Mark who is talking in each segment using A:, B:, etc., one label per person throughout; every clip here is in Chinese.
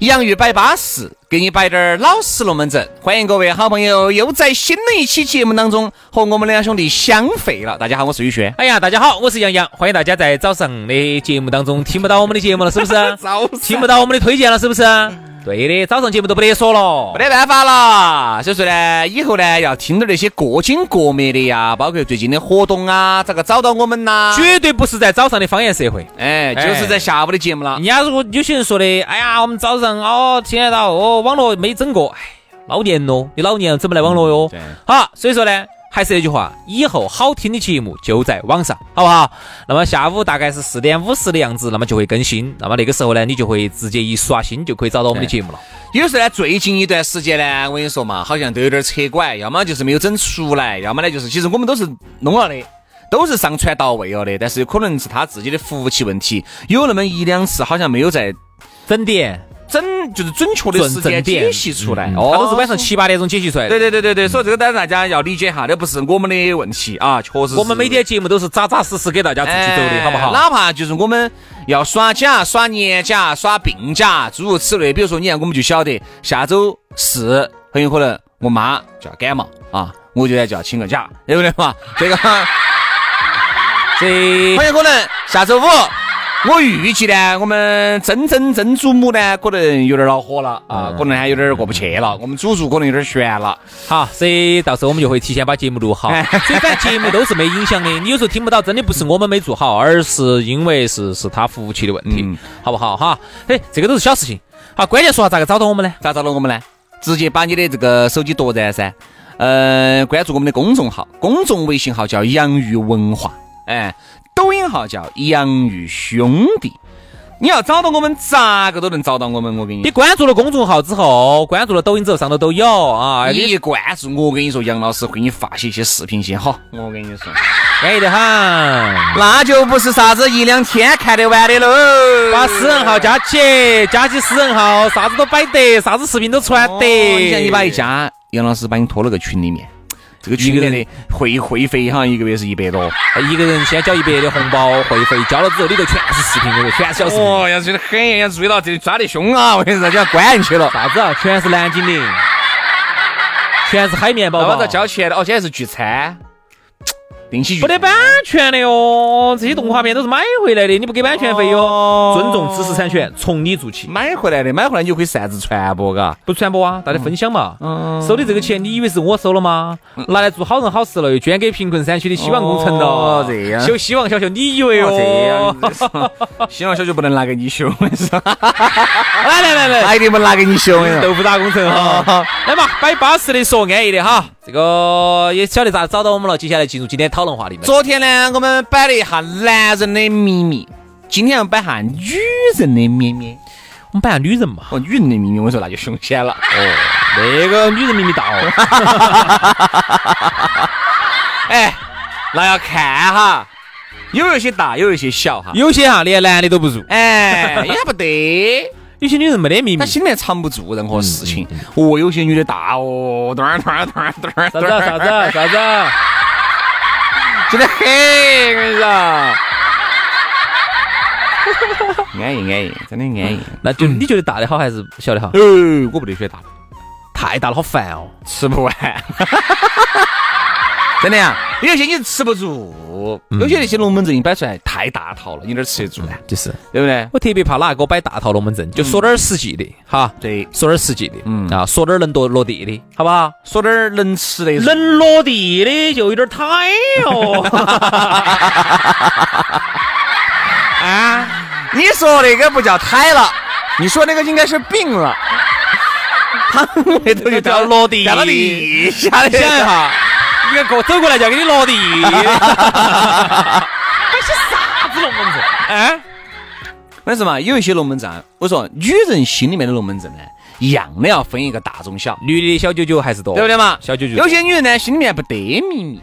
A: 洋芋摆巴适，给你摆点儿老实龙门阵。欢迎各位好朋友又在新的一期节目当中和我们两兄弟相会了。大家好，我是宇轩。
B: 哎呀，大家好，我是杨洋，欢迎大家在早上的节目当中听不到我们的节目了，是不是？
A: 早上嗯
B: 听不到我们的推荐了，是不是？对的，早上节目都不得说了
A: 没。得办法了，所以说呢，以后呢要听点那些各经各面的呀，包括最近的活动啊，咋个找到我们呐、
B: 绝对不是在早上的方言社会。
A: 哎，就是在下午的节目了
B: 人。家如果有些人说的，哎呀，我们早上哦听得到哦，网络没整过，哎呀，老年咯，你老年怎么来网络哟？
A: 嗯对
B: 好，所以说呢，还是那句话，以后好听的节目就在网上，好不好？那么下午大概是四点五十的样子，那么就会更新。那么那个时候呢，你就会直接一刷新就可以找到我们的节目了。
A: 有时候呢，最近一段时间呢，我跟你说嘛，好像都有点扯拐，要么就是没有整出来，要么呢就是其实我们都是弄了的，都是上传到位了的，但是有可能是他自己的服务器问题，有那么一两次好像没有在
B: 整点。
A: 整就是准确的时间解析出来，
B: 哦，他都是晚上。七八点钟解析出来的。
A: 嗯对对对对对，所以这个当然大家要理解哈，这不是我们的问题啊，确实是
B: 我们每天节目都是扎扎实实给大家出去走的，
A: 哎
B: 好不好？
A: 哪怕就是我们要耍假、耍年假、耍病假，诸如此类。比如说，你看，我们就晓得下周四很有可能我妈就要感冒啊，我就要就要请个假，对不对 嘛？这个很
B: 这
A: 有可能下周五。我预计呢，我们曾曾曾祖母呢，可能有点恼火了啊，
B: 嗯
A: 可能还有点过不去了。我们祖祖可能有点悬了。
B: 好，所以到时候我们就会提前把节目录
A: 哎
B: 好。所以反正节目都是没影响的，你有时候听不到，真的不是我们没做好，而是因为是是他服务器的问题
A: 嗯，
B: 好不好？哈，哎，这个都是小事情。好，关键说下咋个找到我们呢？
A: 咋找到我们呢？直接把你的这个手机夺燃噻，呃，关注我们的公众号，公众微信号叫“洋芋文化”，哎，抖音号叫“洋芋兄弟”。你要找到我们，咋个都能找到我们。我跟你
B: 你
A: 讲，
B: 关注了公众号之后，关注了抖音之后，上头都有啊，
A: 哎你一关注我，跟你说，杨老师会给你发些一些视频先好。我跟你说，
B: 安哎逸得很。
A: 那就不是啥子一两天看得完的喽。
B: 把私人号加起，加起私人号，啥子都摆得，啥子视频都传得。
A: 哦你想你把一加，杨老师把你拖了个群里面，这个群里面的会会费哈，一个月是一百多。
B: 一个人先交一百的红包会费，交了之后里头全是视频，我跟你说全是小视频，
A: 哦，要追得很，要注意到这里抓得凶啊！我跟你说，就要关进去了。
B: 啥子啊？全是蓝精灵，全是海绵啊宝
A: 那我
B: 宝
A: 要，交钱了，哦，现在是聚餐，定期聚
B: 不得版权的哟，这些动画片都是买回来的，你不给版权费哟。
A: 哦
B: 尊重知识产权，从你做起，
A: 买回来的，买回来你就可以擅自传播，嘎。
B: 不传播啊，大家分享嘛。
A: 嗯
B: 收的这个钱，你以为是我收了吗？拿来做好人好事了，又捐给贫困山区的希望工程了
A: 哦，这样哦
B: 修希望小学，你以
A: 哎
B: 为哟？
A: 希望小学不能拿给你修，我跟你说，
B: 来来 来来，
A: 他一定不拿给你修，我跟你说。
B: 豆腐打工程哈， 来嘛，摆巴适的说，安逸的哈，这个也晓得咋找到我们了。接下来进入今天讨论话题嘛，
A: 昨天呢，我们摆了一下男人的秘密，今天要摆下女人的秘密。
B: 我们摆下女人嘛，
A: 哦，女人的秘密，我跟你说那就凶险了。哦
B: 那个女人秘密大哦，
A: 哎，那要看哈，有一些大，有一些小哈。
B: 有些哈连男的都不如，
A: 哎，也不得，
B: 有些女人没得秘密
A: 她。心里藏不住任何事情。哦，有些女的大哦，嘟儿嘟儿嘟儿嘟儿，
B: 嗯啥子啊啥子啊啥子啊？
A: 真的很，我跟你说。 安逸安逸，真的安逸。
B: 那就你觉得大的好还是小的好？哎
A: 哦，我不得选大的，
B: 太大了好烦哦。
A: 吃不完。 真的呀，有些你吃不住，有些那些龙门阵一摆出来太大套了，你哪儿吃得住呢？
B: 嗯就是
A: 对不对？
B: 我特别怕哪个给我摆大套龙门阵，就说点儿实际的哈，
A: 对
B: 说点儿实际的，
A: 嗯
B: 啊，说点儿能落落地的，好不好？
A: 说点儿能吃的，
B: 能落地的就有点太哦，
A: 你说那个不叫胎了，你说那个应该是病了。 他那都就
B: 叫落地
A: 掉到地下的。
B: 想一下， 你看过走过来就要给你落地，
A: 但是嘛，有一些龙门阵，我说女人心里面的龙门阵呢，一样的要分一个大中小，
B: 女的小九九还是多，
A: 对不对嘛？
B: 小九九，
A: 有些女人呢，心里面不得秘密；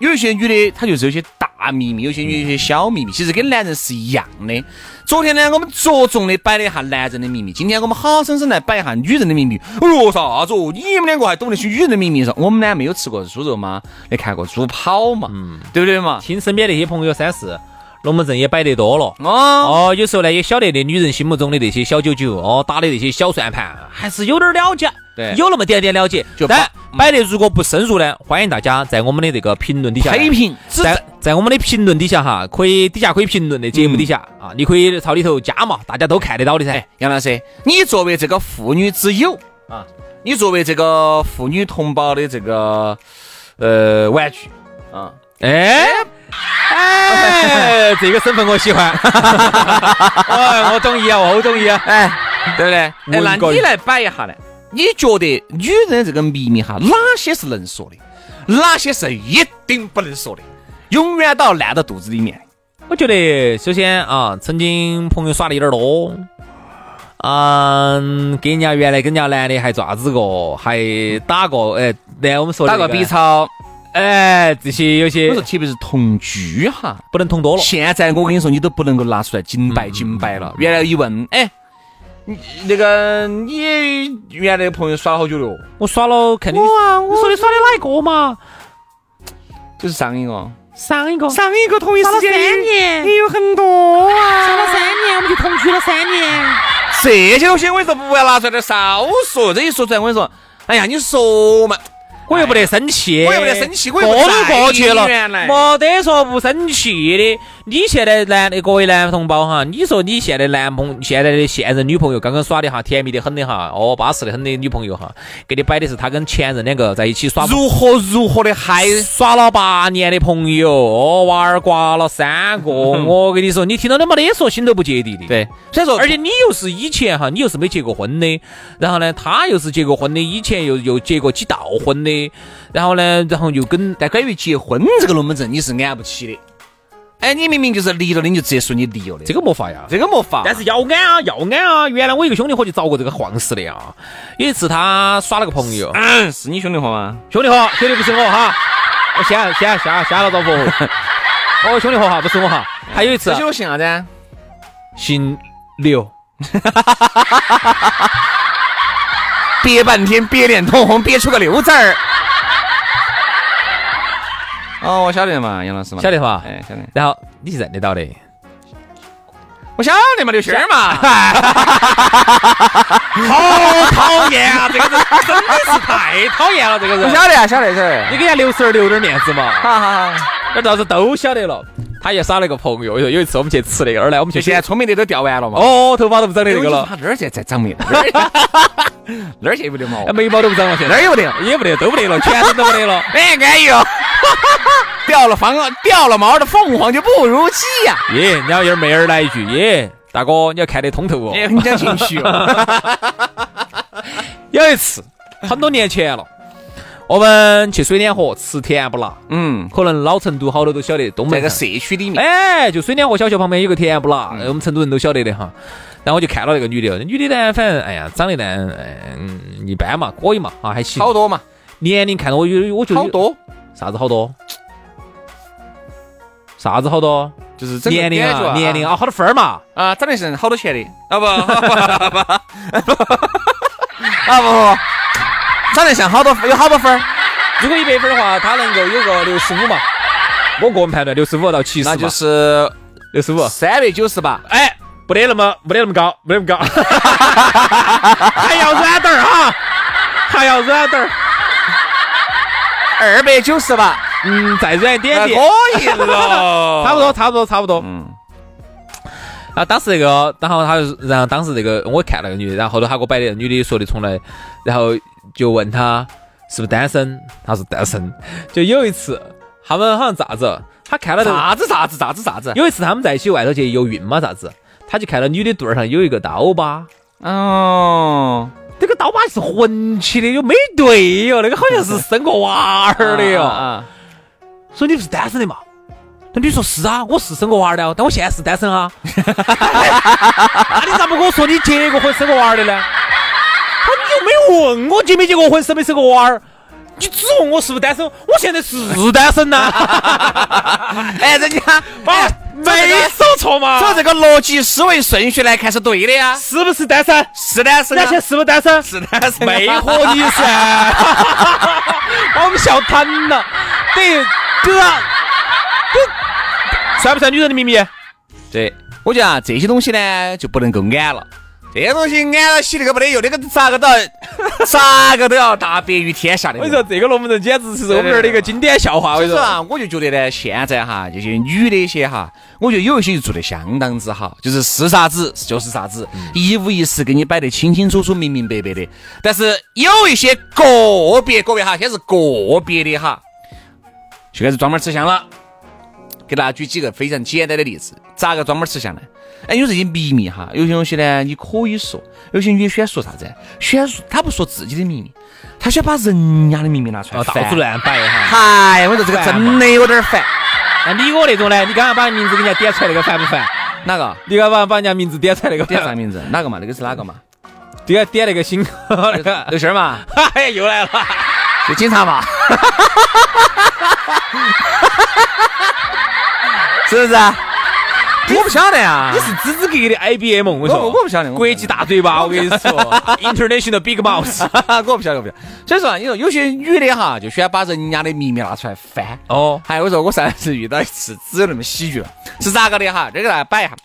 A: 有一些女的，她就是有些大秘密，有些女的有些小秘密，其实跟男人是一样的。昨天呢，我们着重的摆了一下男人的秘密，今天我们好生生来摆一下女人的秘密。哦哟，啥子哦？你们两个还懂得些女人的秘密噻？我们呢，没有吃过猪肉吗？没看过猪跑嘛？对不对嘛？
B: 听身边那些朋友三四，龙门阵也摆得多了。
A: 哦，
B: 哦，有时候呢，也晓得那女人心目中的那些小九九，哦，打的那些小算盘，还是有点了解，
A: 对
B: 有那么点点了解。
A: 就
B: 但
A: 把
B: 摆嗯的如果不深入呢，欢迎大家在我们的这个评论底下
A: 黑屏只
B: 在在我们的评论底下哈，可以底下可以评论的节目底下、啊，你可以朝里头加嘛，大家都看得到的噻。
A: 杨老师，你作为这个妇女之友啊，你作为这个妇女同胞的这个呃玩具啊。
B: 哎哎，这个身份我喜欢， 哎，我同意啊，我好同意啊。
A: 哎，对不对？哎，
B: 文
A: 那
B: 革
A: 你来摆一下呢？你觉得女人这个秘密哈，哪些是能说的，哪些是一定不能说的，永远都要烂到肚子里面？
B: 我觉得首先啊，曾经朋友耍的有点多，嗯，跟人家原来跟人家男的还爪子过，还打过，哎，那我们说的
A: 嗯打
B: 那
A: 个比，超，
B: 哎，这些有些
A: 我说特别是同居哈，
B: 不能捅多了，
A: 现在我跟你说，你都不能够拿出来紧摆紧摆了。原来一问，哎。你那个，你原来的朋友耍了好久了哦？
B: 我耍了肯定，
A: 啊，
B: 你说的耍的哪一个嘛？
A: 就是上一个，
B: 上一个，
A: 上一个同一时间三年，也有很多啊，耍了三年，我们就同居了三年。这些东西我跟你说，不要拿出来点少说，这一说出来我跟你说，哎呀，你说嘛，
B: 我又不得生气，
A: 哎我又不得生气我又不
B: 过都
A: 在
B: 过去了
A: 意原来，
B: 没得说不生气的。你现在男的各位男同胞哈，你说你现在男朋现在的现任女朋友刚刚耍的哈，甜蜜的很的哈，哦巴适的很的女朋友哈，给你摆的是她跟前任两个在一起耍。
A: 如何如何的嗨，
B: 耍了八年的朋友，哦，娃儿刮了三 个，我跟你说，你听到的没得说，心头不芥蒂的。
A: 对，所以说，
B: 而且你又是以前哈，你又是没结过婚的，然后呢，他又是结过婚的，以前又又结过几道婚的，然后呢，然后又跟
A: 但关于结婚这个龙门阵，你是安不起的。哎，你明明就是离了的，你就直接说你离了的，
B: 这个没法呀。
A: 这个没法。
B: 但是要安啊，要安啊！原来我一个兄弟伙就遭过这个晃事的啊。有一次他耍了个朋友，
A: 嗯，是你兄弟伙吗？
B: 兄弟伙，绝对不是我哈，我先先下下了招呼。 哦，兄弟伙哈，不是我哈。还有一次
A: 这些我姓啥子啊？
B: 姓刘，
A: 憋半天，憋脸通红，憋出个刘字 儿。哦，我晓得嘛，杨老师嘛，
B: 晓得吧？
A: 哎，晓得，
B: 然后你是认得到的，
A: 我晓得嘛，刘星儿嘛，
B: 讨厌啊！这个人真的是太讨厌了，这个
A: 我
B: 人。
A: 晓得啊，晓得，晓得。
B: 你给人家刘婶儿留点面子嘛，
A: 哈哈哈！
B: 那到时候都晓得了。他也耍了个朋友，有一次我们去吃那个，二来我们去
A: 就 现在聪明的都掉完了嘛。
B: 哦，头发都不长的那个了，
A: 他那儿现在长没了，那儿那儿现在没得毛
B: 哎，眉毛都不长了，现
A: 那
B: 在
A: 儿也没得了。
B: 也不得，都不得 了，全身都不得了。
A: 哎，安 逸哦，掉了房掉了毛的凤凰就不如鸡呀、
B: 耶，人家有妹儿来一句，耶，大哥你要看得通透哦。
A: 也很讲情绪哦。
B: 有一次，很多年前了，我们去水碾河吃甜不辣，
A: 嗯，
B: 可能老成都好多都晓得，东
A: 在
B: 门
A: 个
B: 上
A: 社区里面，
B: 哎，就水碾河小学旁边有个甜不辣，
A: 嗯
B: 我们成都人都晓得的哈。然后我就看到那个女的，女的呢，反正哎呀，长得呢，嗯，一般嘛，可以嘛，啊，还行。
A: 好多嘛，
B: 年龄看到我有，我觉得有
A: 好多，
B: 啥子好多？啥子好多？
A: 就是整个
B: 年龄
A: 感觉
B: 啊，年龄啊，好多分儿嘛。
A: 啊，长得是好多钱的啊不，啊不，啊不不，长得像好多有好多分儿，
B: 如果一百分儿的话，他能够有个六十五嘛。我个人判断，六十五到七十嘛，
A: 那就是
B: 六十五。
A: 三百九十八。
B: 哎，不得那么，不得那么高，不得那么高， 还要软点儿啊，还要软点儿。
A: 二百九十八，
B: 嗯，再软点
A: 可
B: 点，
A: 以了，
B: 差不多，差不多，差不多。
A: 哎嗯，
B: 然后当时那个，然后他就，然后当时那个我看那个女的，然后后头他给我摆的女的说的从来，然后就问他是不是单身，他说单身。就有一次他们好像咋子，他看到那个
A: 啥子啥子啥子啥子？
B: 有一次他们在一起外头去游泳嘛啥子，他就看到女的肚儿上有一个刀疤，
A: 哦，
B: 这个刀疤是混起的，又没 对哟，那个好像是生过娃儿的哟。
A: 啊，
B: 说你不是单身的嘛？那你说是啊，我是生过娃儿的哦，但我现在是单身 啊。那你咋不跟我说你结过婚、生过娃儿的呢？他你又没问我结没结过婚、生没生过娃儿，你只问我是不是单身，我现在是单身呐、
A: 哎，人家
B: 啊
A: 哎，
B: 没
A: 没
B: 说错嘛，
A: 照这个逻辑思维顺序来看是对的呀，
B: 是不是单身？
A: 是的，是
C: 啊
B: 人
A: 的，
B: 家现在是不是单身？
A: 是的，是的，
B: 没和你 噻，啊把我们笑瘫了。等于哥，这算不算女人的秘密？
A: 对，我觉得啊，这些东西呢就不能够安了。这些东西安了洗那个没得用，那个咋 个都要，咋个都要大白于天下的。
B: 我跟你说，这个龙门阵简直是我们这儿的一个经典笑话。我
A: 所
B: 跟
A: 以
B: 你
A: 说
B: 说，
A: 啊，我就觉得呢，现在哈这些女的一些哈，我觉得有一些就做得相当之好，就是是啥子就是啥子，一五一十给你摆得清清楚楚、明明白白的。但是有一些个别各位哈，先是个别的哈，就开始专门吃香了。给大家举几个非常简单的例子，咋个专门吃香呢？哎，有这些秘密哈，有些东西呢你可以说，有些女的喜欢说啥子？喜欢说她不说自己的秘密，她喜欢把人家的秘密拿出
C: 哦
A: 来翻。
B: 乱摆哈。
A: 嗨，我说这个真的有点烦。
B: 那哎你我那种呢？你刚刚把名字给人家点出来，那个烦不烦？
A: 哪个？
B: 你刚刚把人家名字点出来，那个
A: 点
B: 烦
A: 啥？名字？哪个嘛？那个是哪个嘛？
B: 你要点那个星，那个，
A: 刘星儿嘛？
B: 哎，又来了。
A: 就警察 嘛？ 是不是？我不晓得啊
B: 你。是支支格格的 IBM，我跟你
A: 我
B: 说，
A: 我不晓得我不晓得
B: 国际大嘴巴，我跟 你说，International Big Mouth。
A: 我不晓得，我不晓得。所以说啊，你说有些女的哈，就喜欢把人家的秘密拿出来翻。
B: 哦，
A: 还有我说我上次遇到一次，只有那么喜剧了，是咋个的哈？这个来 摆一下，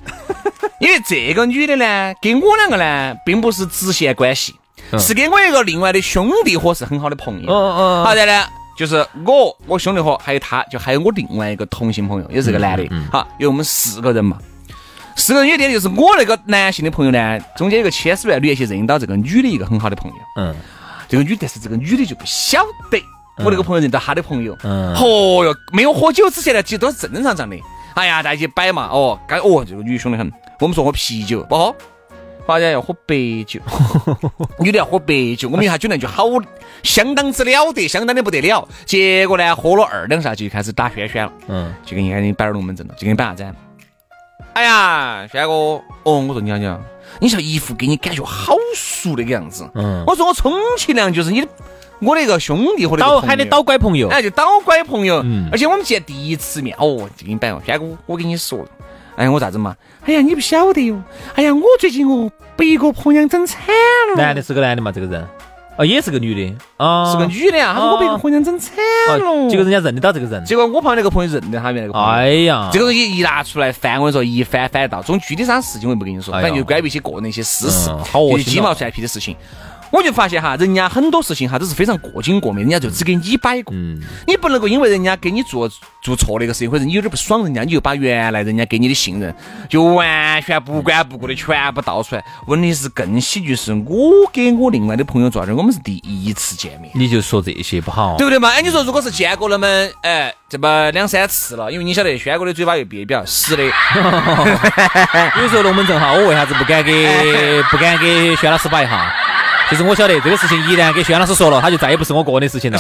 A: 因为这个女的呢，跟我两个呢，并不是直线关系，是跟我一个另外的兄弟伙是很好的朋友。
B: 嗯嗯
A: 好的呢，就是我、我兄弟伙，还有他，就还有我另外一个同性朋友，也
B: 嗯
A: 是个男的。好，有我们四个人嘛。四个人有点就是我那个男性的朋友呢，中间有个千丝万缕去认到这个女的一个很好的朋友。
B: 嗯，
A: 这个女，但是这个女的就不晓得我那个朋友认到她的朋友。
B: 嗯
A: 哦哟，没有喝酒之前呢，其实都是正正常常的。哎呀，大家一起摆嘛，哦，该哦，这个女的凶得很。我们说喝啤酒不喝，好像要喝白 酒，女的要喝白酒，我们一下酒量就好，相当之了得，相当的不得了。结果呢，喝了二两下就开始打轩轩了，
B: 嗯，
A: 就给你给你摆点龙门阵了，就给你摆啥子啊？哎呀，轩哥，哦，我说你讲讲，你像一副给你感觉好熟那个样子，
B: 嗯
A: 我说我充其量就是你的我的一个兄弟或者一个
B: 倒
A: 朋
B: 喊你
A: 友
B: 倒拐朋友。
A: 哎，就当乖朋友。
B: 嗯
A: 而且我们见第一次面，哦，就给你摆哦，轩哥，我跟你说了，哎，我咋子嘛？哎呀，你不晓得哟，哎呀，我最近哦被一个朋友整惨了，
B: 男的是个男的嘛，这个人，哦，也是个女的啊，
A: 是个女的啊，他说我被一个朋友整惨了啊
B: 哦，，结果人家认得到这个人。
A: 结果我旁边那个朋友认得他原来那个朋友。
B: 哎呀，
A: 这个东西一拿出来翻，我跟你说，一翻翻得到。这种具体啥事情我也不跟你说，
B: 哎呀
A: 反正就关于一些个人一些私事，
B: 嗯好恶心
A: 一些鸡毛蒜皮的事情。我就发现哈，人家很多事情哈都是非常过紧过敏，人家就只给你摆过。
B: 嗯，
A: 你不能够因为人家给你做做错了一个事情，或者你有点不爽人家，你就把原来人家给你的信任就完全不管不顾的全部倒出来。问题是更喜剧是，我跟我另外的朋友做的，我们是第一次见面。
B: 你就说这些不好。
A: 对不对嘛？哎，你说如果是见过那么哎这么两三次了，因为你晓得轩哥的嘴巴又比比较死 的，
B: 有时候龙门阵哈，我为啥子不敢 给不敢给轩老师摆一下？就是我晓得这个事情一旦给轩老师说了，他就再也不是我个人的事情 了，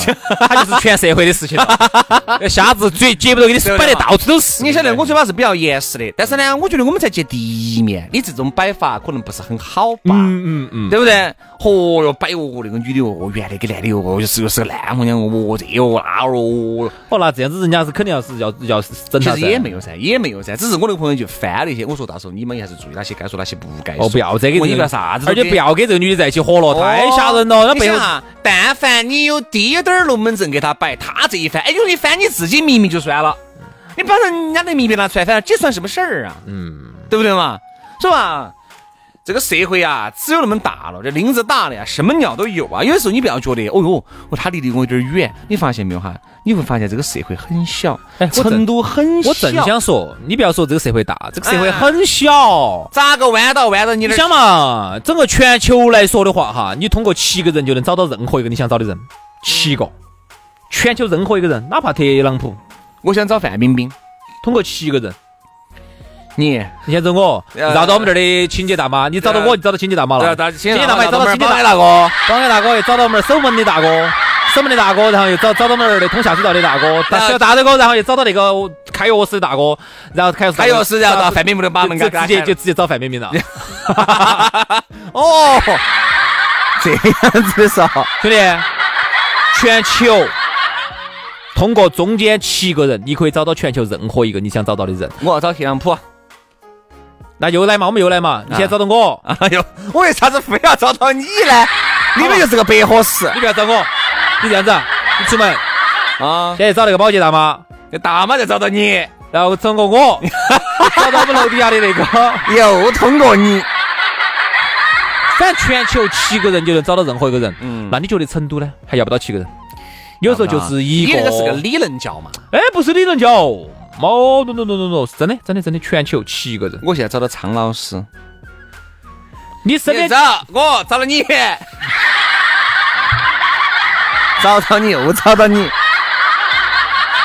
B: 他就是全社会的事情 了。下次绝绝不得给你摆得到处都是。
A: 你晓得我嘴巴是比较严实的，但是呢，我觉得我们才见第一面，你这种摆法可能不是很好吧？
B: 嗯嗯嗯，
A: 对不对？嚯哟，摆哦，那个女的哦，原来个男的哦，又是又是个烂姑娘哦，这哦那哦，
B: 哦，那这样子人家是肯定要是要要整
A: 其
B: 他
A: 实也没有噻，也没有噻，只是我那个朋友就翻了一些，我说到时候你们还是注意哪些该说，哪些不该说。
B: 哦，不要再给
A: 我你
B: 这个
A: 不要啥子都
B: 而
A: 给，
B: 且不要跟这个女的在一起火了，
A: 哦。
B: 太吓人了。那
A: 你
B: 背后
A: 想啊，但凡你有滴点儿龙门阵给他摆，他这一翻，哎，有一翻你自己秘密就算了，你嗯把人家的秘密拿出来翻，这算什么事儿啊？嗯，对不对嘛？是吧？这个社会啊，只有那么大了，这林子大了呀，什么鸟都有啊。有的时候你不要觉得，哦哟，我他离得我有点远，你发现没有哈？你会发现这个社会很小，
B: 哎我
A: 成都很小，哎
B: 我正想说，你不要说这个社会大，这个社会很小。
A: 咋个弯到弯到你
B: 你
A: 那儿
B: 想嘛，整个全球来说的话，哈，你通过七个人就能找到任何一个你想找的人，七个，全球任何一个人，哪怕特朗普，
A: 我想找范冰冰，
B: 通过七个人，
A: 你
B: 你先找我，
A: 呃
B: 绕到我们这儿的清洁大妈，你找到我，
A: 呃
B: 就找到清洁大妈了，
A: 对啊
B: 清
A: 清
B: 洁
A: 洁
B: 大
A: 大
B: 妈
A: 妈
B: 也找到清洁
A: 找
B: 大
A: 到
B: 哥，保安大哥也找到我们守门的大哥。守门的大哥，然后又找找到我们那儿的通下水道的大哥，
A: 然后
B: 大大大哥，然后又找到那个开钥匙的大哥，然后开钥匙，
A: 还有是要到范冰冰的把门
B: 就
A: 给
B: 直接就
A: 就
B: 直接找范冰冰了。
A: 哦，这样子的时候，
B: 兄弟，全球通过中间七个人，你可以找到全球任何一个你想找到的人。
A: 我要找特朗普。
B: 那又来嘛，我们又来嘛，你先找到我，
A: 哎呦，我为啥子非要找到你 呢？你们就是个白hor石
B: 你不要找我，你这样子啊，你出门
A: 啊！
B: 先去找那个保洁大妈，
A: 这大妈在找到你，
B: 然后通过 我找到我们楼底下的那个，
A: 又通过你，
B: 反正全球七个人就能找到任何一个人。
A: 嗯
B: 那你觉得成都呢，还要不到七个人？有时候就是一
A: 啊你
B: 个，
A: 那个是个理论教嘛。
B: 哎，不是理论教，毛咚咚咚咚咚，哦是真的，真的，真的，全球七个人，
A: 我现在找到苍老师，
B: 你身边
A: 找我找到你， 找到你又找到你。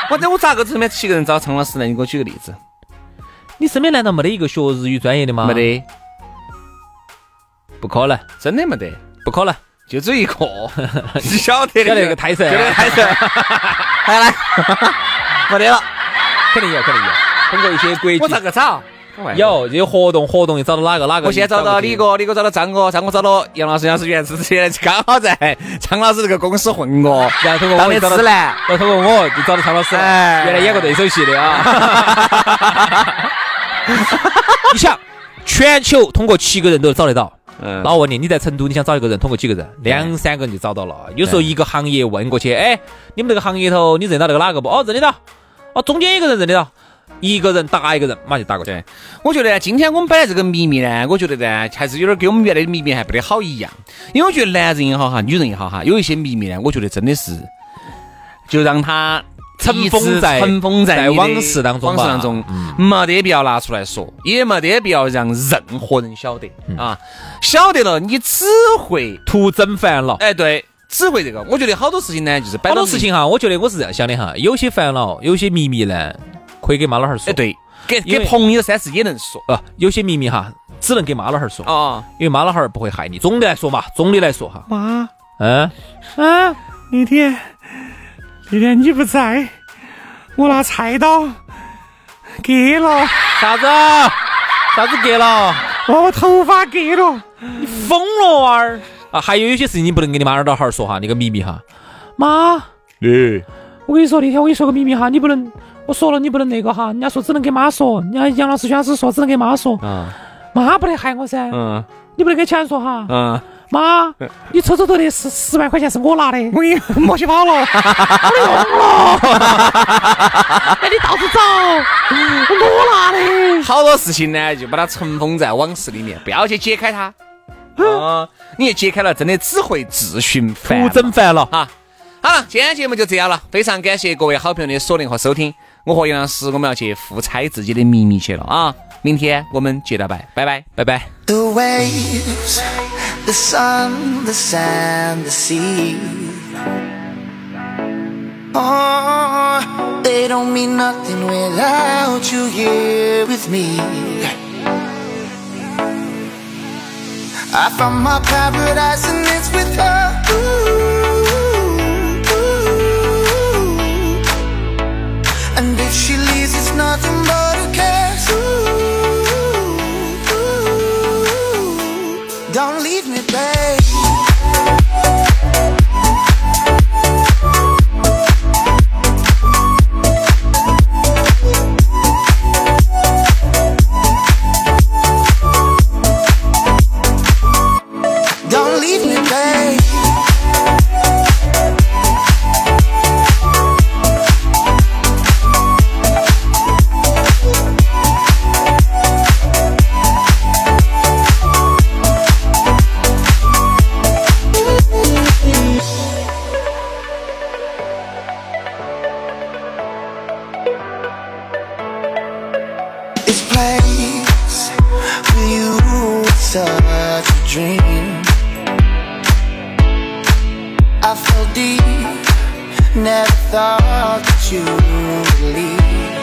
A: 我这我咋个身边七个人找苍老师呢？你给我举个例子。
B: 你身边难道没得一个学日语专业的吗？
A: 没，得，
B: 不可能，
A: 真的没得，
B: 不可能。
A: 就只有一 个。你晓得
B: 晓
A: 那
B: 得那个泰
A: 就那个
B: 神，
A: 泰神， 来来， 没得了。
B: 肯定有，肯定有。通过一些国
A: 我
B: 际
A: 咋个找？
B: 有有活动，活动又找到哪个哪个？
A: 我先找到李，哥，李哥找到张哥，张哥找到杨老师，杨老师原来之前刚好在张老师这个公司混 过，
B: 然后通过
A: 当
B: 我
A: 的
B: 又找到
A: 资，南。
B: 然后通过我就找到常老师了，
A: 哎
B: 原来演过对手戏的啊。 你想，全球通过七个人都找得到。
A: 嗯
B: 那我问你，你在成都你想找一个人，通过几个人？两三个人就找到了。有时候一个行业问过去，哎，你们这个行业头你认到那个哪个不？哦，认得到。哦，中间一个人认得到，一个人打一个人，马上就打过去。
A: 对，我觉得呢今天我们摆的这个秘密呢，我觉得呢，还是有点跟我们原来的秘密还不得好一样，因为我觉得男人也好哈，女人也好哈，有一些秘密呢，我觉得真的是就让他
B: 尘封在
A: 尘封在
B: 在
A: 你的
B: 往事当中
A: 往
B: 吧
A: 事当中，
B: 嗯
A: 没得必要拿出来说，也没得必要让任何人晓得
B: 嗯
A: 啊，晓得了你只会
B: 徒增烦恼。
A: 哎对，只会这个，我觉得好多事情哎呢，就是摆
B: 好
A: 到
B: 多
A: 明
B: 事情哈，我觉得我是这样想的哈，有些烦恼，有些秘密呢，可以给妈老汉儿说。
A: 哎，对，给
B: 因为
A: 给朋友三四也能说
B: 啊，有些秘密哈，只能给妈老汉儿说，
A: 啊，
B: 因为妈老汉儿不会害你。总的来说嘛，总的来说哈，
D: 妈，
B: 嗯，
D: 啊，李天，李天你不在，我拿菜刀割了，
B: 啥子啥子给了，
D: 把我头发割了。
B: 疯了娃儿啊！还有有些事情你不能给你妈老汉儿说哈，那个秘密哈，
D: 妈，我跟你说，那天我跟你说个秘密哈，你不能，我说了你不能那个哈，人家说只能给妈说，人家杨老师、薛老师说只能给妈说，
A: 啊，
D: 妈不得害我
B: 啊
D: 噻，
A: 嗯
D: 你不能给其他人说哈。
A: 嗯，
D: 妈，你抽抽头的十十万块钱是我拿的，我给你莫去跑了，我的用了，哎那你到处找，我拿的。
A: 好多事情呢，就把它尘封在往事里面，不要去揭开它。
D: 嗯
A: 啊，你一揭开了，真的只会自寻烦恼。
B: 徒增烦恼。
A: 哈。好了，今天节目就这样了，非常感谢各位好朋友的锁定和收听。我和杨老师，我们要去互猜自己的秘密去了啊！明天我们接着拜，拜拜，拜拜。
E: The waves, the sun, the sand, the sea. Oh, they don't mean nothing without you here with me. I found my paradise and it's with her. Ooh, ooh, ooh. And if she leaves, it's nothing but a kiss. Ooh, ooh, don't leave me, babe. Don't leave me, babe. this place for you was such a dream. I fell deep, never thought that you would leave.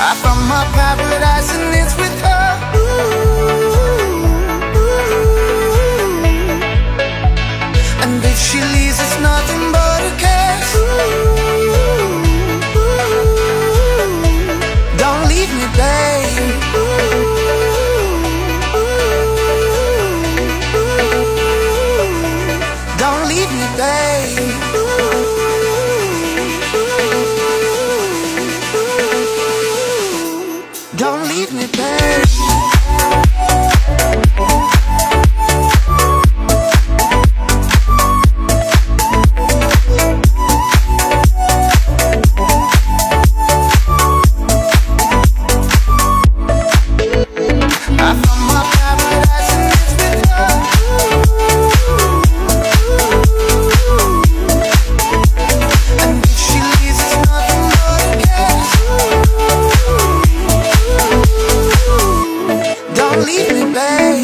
E: I found my paradise and it's with her. And if she leaves, it's nothing but a kiss. Don't leave me, babe. Don't leave me, babe. Don't leave me, babe. From my paradise and it's with her. And if she leaves, it's nothing but a kiss. Don't leave me, babe.